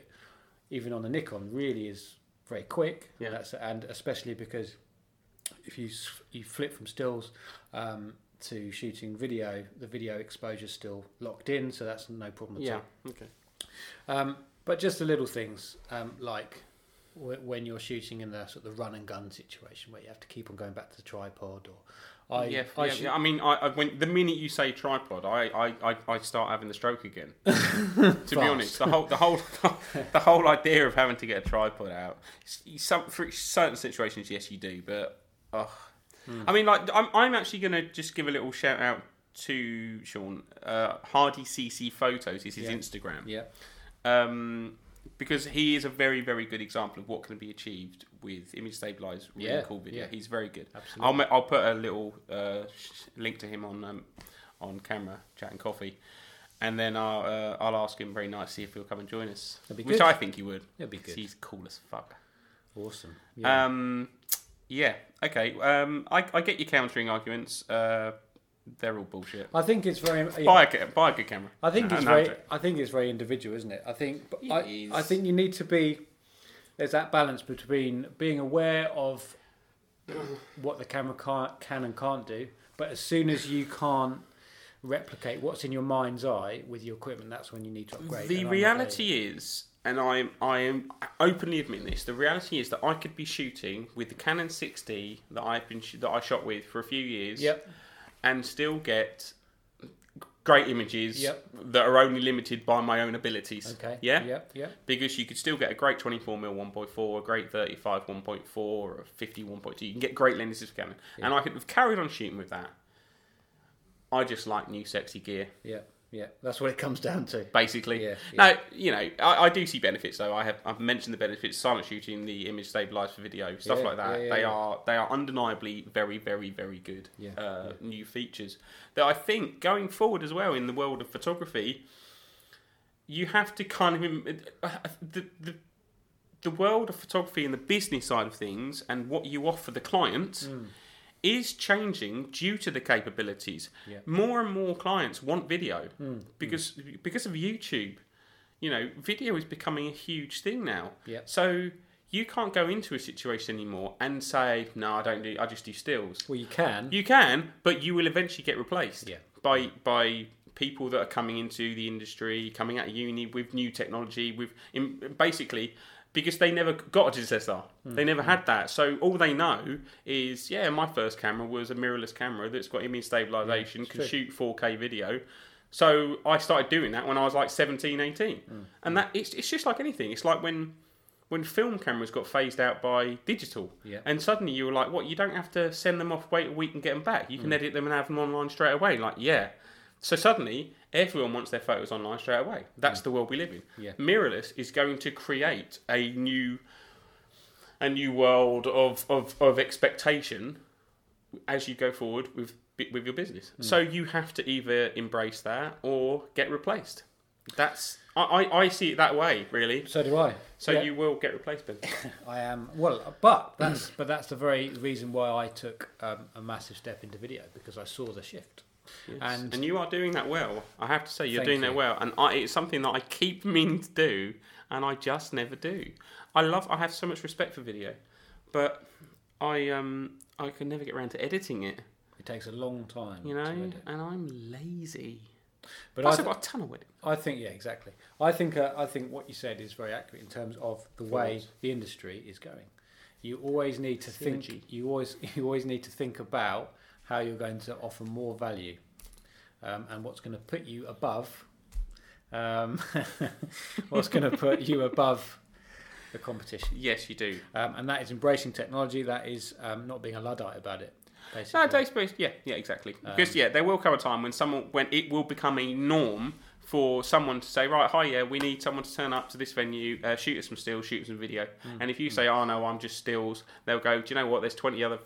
A: even on the Nikon, really is very quick.
B: Yeah.
A: That's, and especially because if you s- you flip from stills um, to shooting video, the video exposure's still locked in, so that's no problem at all.
B: yeah. Okay.
A: Um, but just the little things, um, like w- when you're shooting in the sort of the run and gun situation where you have to keep on going back to the tripod, or I,
B: yeah,
A: I
B: yeah,
A: shoot-
B: yeah. I mean, I, I when the minute you say tripod, I, I, I, I start having the stroke again. to be
A: Fast.
B: honest, the whole, the whole, the whole idea of having to get a tripod out. s- you- Some for certain situations, yes, you do, but ugh.
A: Hmm.
B: I mean, like I'm, I'm actually gonna just give a little shout out to Sean uh, Hardy CC Photos is his
A: Yeah.
B: Instagram
A: yeah,
B: um, because he is a very, very good example of what can be achieved with image stabilized really
A: Yeah,
B: cool video.
A: yeah.
B: He's very good.
A: Absolutely.
B: I'll ma- I'll put a little uh, sh- link to him on um, on camera chat and coffee, and then I'll uh, I'll ask him very nicely if he'll come and join us,
A: That'd be
B: which
A: good.
B: I think he would.
A: That'd be
B: 'cause
A: good.
B: He's cool as fuck.
A: awesome. Yeah.
B: Um, yeah. Okay. Um, I, I get your countering arguments. Uh, they're all bullshit.
A: I think it's very. yeah.
B: Buy a ca- buy a good camera.
A: I think
B: No,
A: it's
B: no,
A: very.
B: don't.
A: I think it's very individual, isn't it? I think. but
B: It
A: I,
B: is.
A: I think you need to be. There's that balance between being aware of what the camera can, can and can't do, but as soon as you can't replicate what's in your mind's eye with your equipment, that's when you need to upgrade.
B: The
A: and I'm not there yet.
B: reality is, and I am, I am openly admitting this. The reality is that I could be shooting with the Canon 6D that I've been sh- that I shot with for a few years,
A: Yep.
B: and still get great images
A: Yep.
B: that are only limited by my own abilities.
A: Okay.
B: yeah,
A: Yep. Yep.
B: because you could still get a great 24mm 1.4, a great 35 1.4, or a 50 1.2. You can get great lenses for Canon, and I could have carried on shooting with that. I just like new sexy gear
A: Yeah, yeah. That's what it comes down to.
B: basically.
A: Yeah,
B: Now, you know, I, I do see benefits though. I have I've mentioned the benefits: silent shooting, the image stabilized for video, stuff
A: Yeah,
B: like that.
A: yeah, yeah,
B: they
A: yeah.
B: are they are undeniably very, very, very good
A: Yeah,
B: uh, new features that I think going forward as well in the world of photography, you have to kind of im- uh, the the. The world of photography and the business side of things, and what you offer the client,
A: Hmm.
B: is changing due to the capabilities.
A: Yeah. Hmm.
B: More and more clients want video because because of YouTube. You know, video is becoming a huge thing now.
A: Yeah.
B: So you can't go into a situation anymore and say, "No, I don't do. I just do stills."
A: Well, you can.
B: You can, but you will eventually get replaced
A: Yeah.
B: by by people that are coming into the industry, coming out of uni with new technology, with in, basically because they never got a DSLR. They never had that. So all they know is, yeah, my first camera was a mirrorless camera that's got image stabilization, can
A: true.
B: shoot 4K video. So I started doing that when I was like 17, 18.
A: Mm.
B: And that it's, it's just like anything. It's like when when film cameras got phased out by digital.
A: Yeah.
B: And suddenly you were like, what? You don't have to send them off, wait a week and get them back. You can
A: Mm.
B: edit them and have them online straight away. Like, yeah. So suddenly everyone wants their photos online straight away. That's the world we live in.
A: Mm. Yeah.
B: Mirrorless is going to create a new a new world of, of, of expectation as you go forward with with your business. So you have to either embrace that or get replaced. That's I, I, I see it that way, really.
A: So do I.
B: So
A: Yeah.
B: you will get replaced, Ben.
A: I am well, but that's but that's the very reason why I took um, a massive step into video because I saw the shift.
B: and,
A: And
B: you are doing that well. I have to say, you're
A: Thank
B: doing
A: you.
B: that well, and I, it's something that I keep meaning to do, and I just never do. I love. I have so much respect for video, but I um I can never get around to editing it.
A: it takes a long time,
B: You
A: to
B: know, and
A: edit.
B: I'm lazy.
A: But
B: But
A: I,
B: I've
A: th-
B: got a ton of it.
A: I think yeah, exactly. I think uh, I think what you said is very accurate in terms of the way
B: Forwards.
A: the industry is going. You always need to think.
B: Synergy.
A: You always you always need to think about how you're going to offer more value, um, and what's going to put you above. Um, what's going to put you above the competition?
B: Yes, you do.
A: um, and that is embracing technology. That is um, not being a luddite about it. Basically,
B: No, day space. Yeah, yeah, exactly.
A: Um,
B: because yeah, there will come a time when someone when it will become a norm for someone to say, right, hi, yeah, we need someone to turn up to this venue, uh, shoot us some stills, shoot us some video.
A: Hmm.
B: And if you say, oh no, I'm just stills, they'll go, do you know what? There's 20 other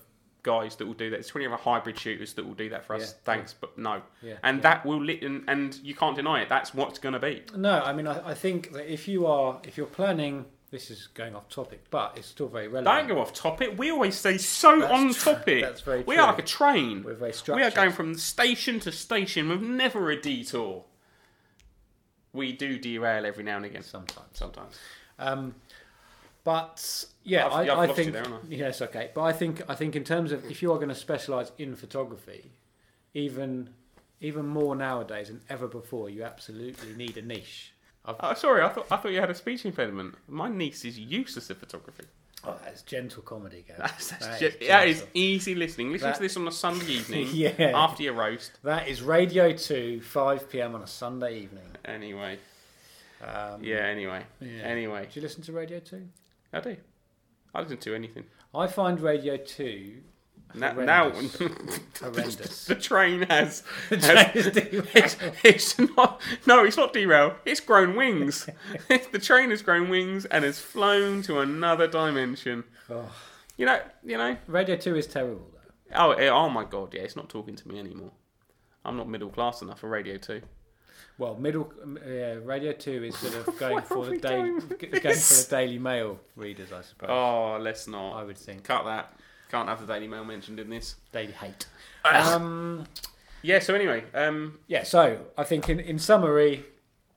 B: guys that will do that. There's 20 other hybrid shooters that will do that for us.
A: Yeah,
B: Thanks, but no.
A: Yeah,
B: and
A: yeah.
B: that will lit and, and you can't deny it. That's what's going to be.
A: no. I mean, I, I think that if you are if you're planning, this is going off topic, but it's still very
B: Don't
A: relevant.
B: go off topic. We always say so
A: That's
B: on
A: true.
B: topic.
A: That's very
B: We
A: true.
B: are like a train.
A: We're very
B: We are
A: structured.
B: going from station to station with never a detour. We do derail every now and again
A: sometimes.
B: sometimes.
A: Um, but yeah,
B: I've-
A: i
B: yeah, I've
A: I
B: lost you
A: think
B: there, haven't
A: yes, okay. But I think I think in terms of if you are going to specialize in photography, even even more nowadays than ever before, you absolutely need a niche. I've,
B: Oh, sorry, I thought I thought you had a speech impediment. My niece is useless at photography.
A: oh, that's gentle comedy, Gav.
B: That's, that's
A: That is
B: just, that is
A: gentle.
B: easy listening. Listen
A: That-
B: to this on a Sunday evening
A: Yeah.
B: after your roast.
A: That is Radio 2, 5 p.m. on a Sunday evening.
B: Anyway,
A: Um,
B: yeah. Anyway,
A: Yeah.
B: anyway,
A: Do you listen to Radio 2?
B: I do. I listen to anything.
A: I find Radio 2
B: Na- now,
A: horrendous.
B: the train has, has it's,
A: That's
B: it's not. No, it's not derail. It's grown wings. the train has grown wings and has flown to another dimension.
A: Oh.
B: You know. You know.
A: Radio 2 is terrible, though.
B: Oh. eh, oh my God. Yeah. It's not talking to me anymore. I'm not middle class enough for Radio Two.
A: Well, middle um, yeah, Radio 2 is sort of going
B: Where
A: for
B: are
A: the
B: we
A: daily
B: going
A: going for
B: with
A: the
B: this?
A: Daily Mail readers, I suppose.
B: Oh, let's
A: I
B: not.
A: would think
B: Cut that. Can't have the Daily Mail mentioned in this.
A: daily hate.
B: Ah.
A: Um,
B: Yeah. So anyway. Um.
A: yeah, so I think in, in summary,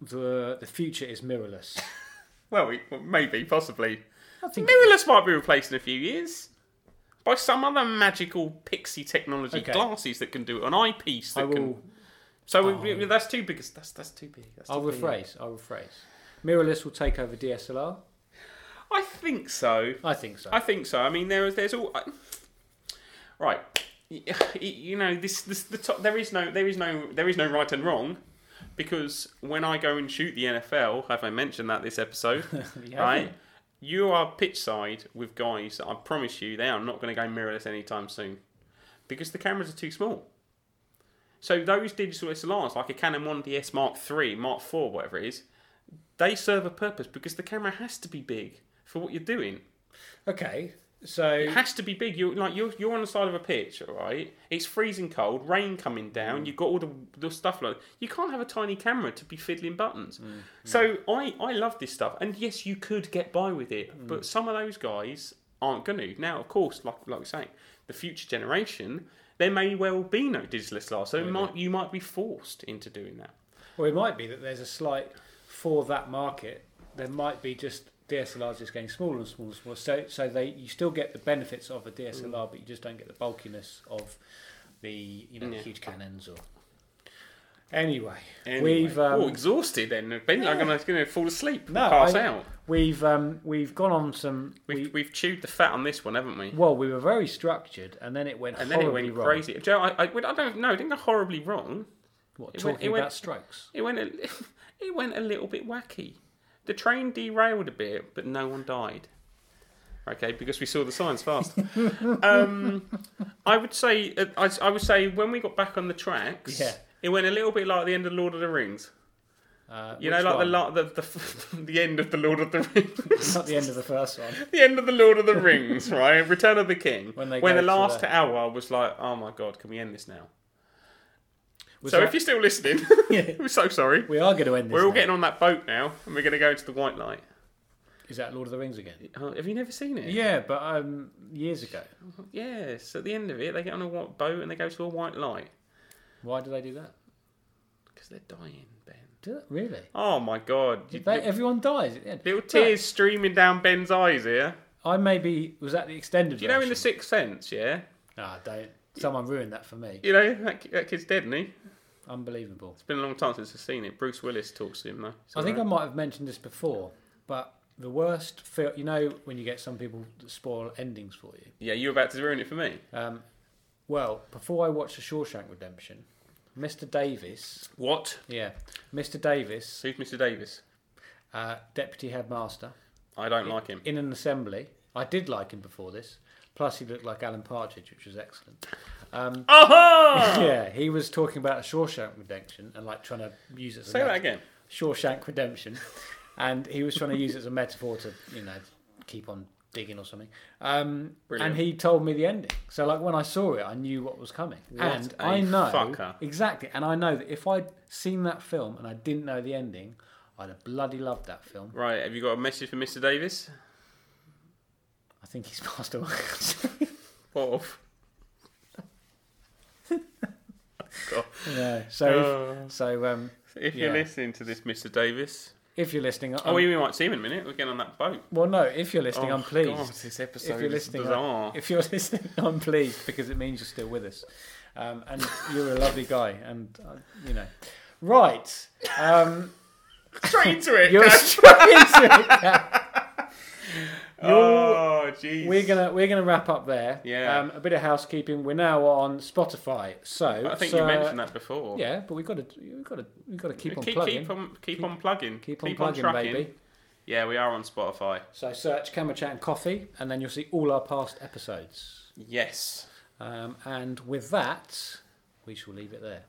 A: the the future is mirrorless.
B: Well, we, well maybe, possibly.
A: I think
B: Mirrorless might be replaced in a few years by some other magical pixie technology
A: Okay.
B: glasses that can do it, an eyepiece that
A: I
B: can.
A: will.
B: So we, we, that's too big. That's that's too big. That's too
A: I'll
B: big.
A: rephrase. I'll rephrase. Mirrorless will take over DSLR.
B: I think so.
A: I think so.
B: I think so. I mean, there is there's all I- right. Y- You know, this this the top. There is no there is no there is no right and wrong because when I go and shoot the NFL, have I mentioned that this episode?
A: You
B: right.
A: haven't.
B: You are pitch side with guys that I promise you they are not going to go mirrorless anytime soon because the cameras are too small. So those digital SLRs, like a Canon 1DS Mark III, Mark IV, whatever it is, they serve a purpose because the camera has to be big for what you're doing.
A: Okay, so
B: It has to be big. You're like you're you're on the side of a pitch, all right? It's freezing cold, rain coming down. You've got all the, the stuff like you can't have a tiny camera to be fiddling buttons. So I I love this stuff, and yes, you could get by with it, but some of those guys aren't going to. Now, of course, like like we're saying, the future generation, there may well be no digital SLR, so it might you might be forced into doing that.
A: Well, it might be that there's a slight for that market. There might be just DSLR is just getting smaller and smaller and smaller. So, so they you still get the benefits of a DSLR,
B: Mm.
A: but you just don't get the bulkiness of the you know the
B: Yeah.
A: huge cannons or. Anyway,
B: Anyway.
A: we've um,
B: oh, exhausted then. Ben, I'm going to fall asleep,
A: No,
B: pass
A: I-
B: out.
A: we've um, we've gone on some. We,
B: We've, we, have chewed the fat on this one, haven't we?
A: well, we were very structured, and then it went
B: And then it
A: horribly
B: went
A: wrong.
B: crazy. Joe, I, I, I don't know. It didn't go horribly wrong.
A: What
B: It
A: talking
B: went- it went-
A: about strokes?
B: It went a, it went a little bit wacky. The train derailed a bit, but no one died. Okay, because we saw the signs fast. um, I would say uh, I, I would say when we got back on the tracks,
A: Yeah.
B: it went a little bit like the end of Lord of the Rings.
A: Uh,
B: You
A: which
B: know, like the
A: one?
B: la- the the, the the end of the Lord of the Rings,
A: Not the end of the first one.
B: the end of the Lord of the Rings, right? Return of the King.
A: When they
B: when
A: go
B: the
A: to
B: last
A: the-
B: hour was like, oh my god, can we end this now?
A: Was
B: so
A: that-
B: if you're still listening,
A: Yeah.
B: we're so sorry.
A: we are going to end this.
B: We're all
A: now.
B: getting on that boat now, and we're going to go into the White Light.
A: Is that Lord of the Rings again?
B: Oh, have you never seen it?
A: Yeah, but um, years ago.
B: Yes. At the end of it, they get on a white boat and they go to a white light
A: Why did they do that?
B: because they're dying, Ben.
A: Did it really?
B: Oh my God! You-
A: Did they, everyone dies at the end.
B: little
A: Look,
B: tears streaming down Ben's eyes here.
A: I maybe was that the extended.
B: Do you know in the
A: version?
B: Sixth Sense? Yeah.
A: Ah, don't. Someone ruined that for me.
B: You know that, ki- that kid's dead, isn't he?
A: Unbelievable.
B: It's been a long time since I've seen it. Bruce Willis talks to him though. It's
A: I think I
B: alright.
A: might have mentioned this before, but the worst film. You know when you get some people that spoil endings for you.
B: Yeah, you're about to ruin it for me.
A: Um, well, before I watched The Shawshank Redemption, Mr. Davis.
B: What?
A: Yeah, Mr. Davis,
B: Who's Mr. Davis?
A: uh, deputy headmaster.
B: I don't like him.
A: in an assembly. I did like him before this. Plus, he looked like Alan Partridge, which was excellent. Um,
B: Aha!
A: yeah, he was talking about Shawshank Redemption and like trying to use it. As
B: Say
A: a
B: that
A: met-
B: again.
A: Shawshank Redemption, and he was trying to use it as a metaphor to you know keep on digging or something. Um,
B: Brilliant.
A: and he told me the ending. So like when I saw it, I knew what was coming,
B: What
A: and
B: a
A: I know
B: fucker.
A: exactly. And I know that if I'd seen that film and I didn't know the ending, I'd have bloody loved that film.
B: Right, have you got a message for Mr. Davis?
A: I think he's passed away.
B: What? of? God.
A: yeah. So. if-
B: Uh.
A: So um,
B: If
A: Yeah. Um,
B: you're listening to this, Mr. Davis.
A: if you're listening,
B: Oh,
A: I'm-
B: we, we might see him in a minute. We're getting on that boat. Oh,
A: well, no, if you're listening, I'm pleased.
B: God, this episode
A: if you're
B: is
A: listening,
B: bizarre.
A: I'm, if you're listening, I'm pleased because it means you're still with us, um, and you're a lovely guy, and uh, you know, right? Um,
B: Straight into it.
A: you're
B: guys.
A: straight into it. now. You're-
B: Oh, jeez.
A: We're gonna we're gonna wrap up there.
B: Yeah.
A: Um, a bit of housekeeping. We're now on Spotify, so
B: I think
A: so,
B: you mentioned that before.
A: uh, Yeah, but we've got to we've got to we've got to keep on
B: keep,
A: plugging.
B: keep on keep, on plugging.
A: Keep on plugging,
B: trucking.
A: baby.
B: Yeah, we are on Spotify.
A: So search Camera Chat and Coffee, and then you'll see all our past episodes.
B: Yes.
A: Um, and with that, we shall leave it there.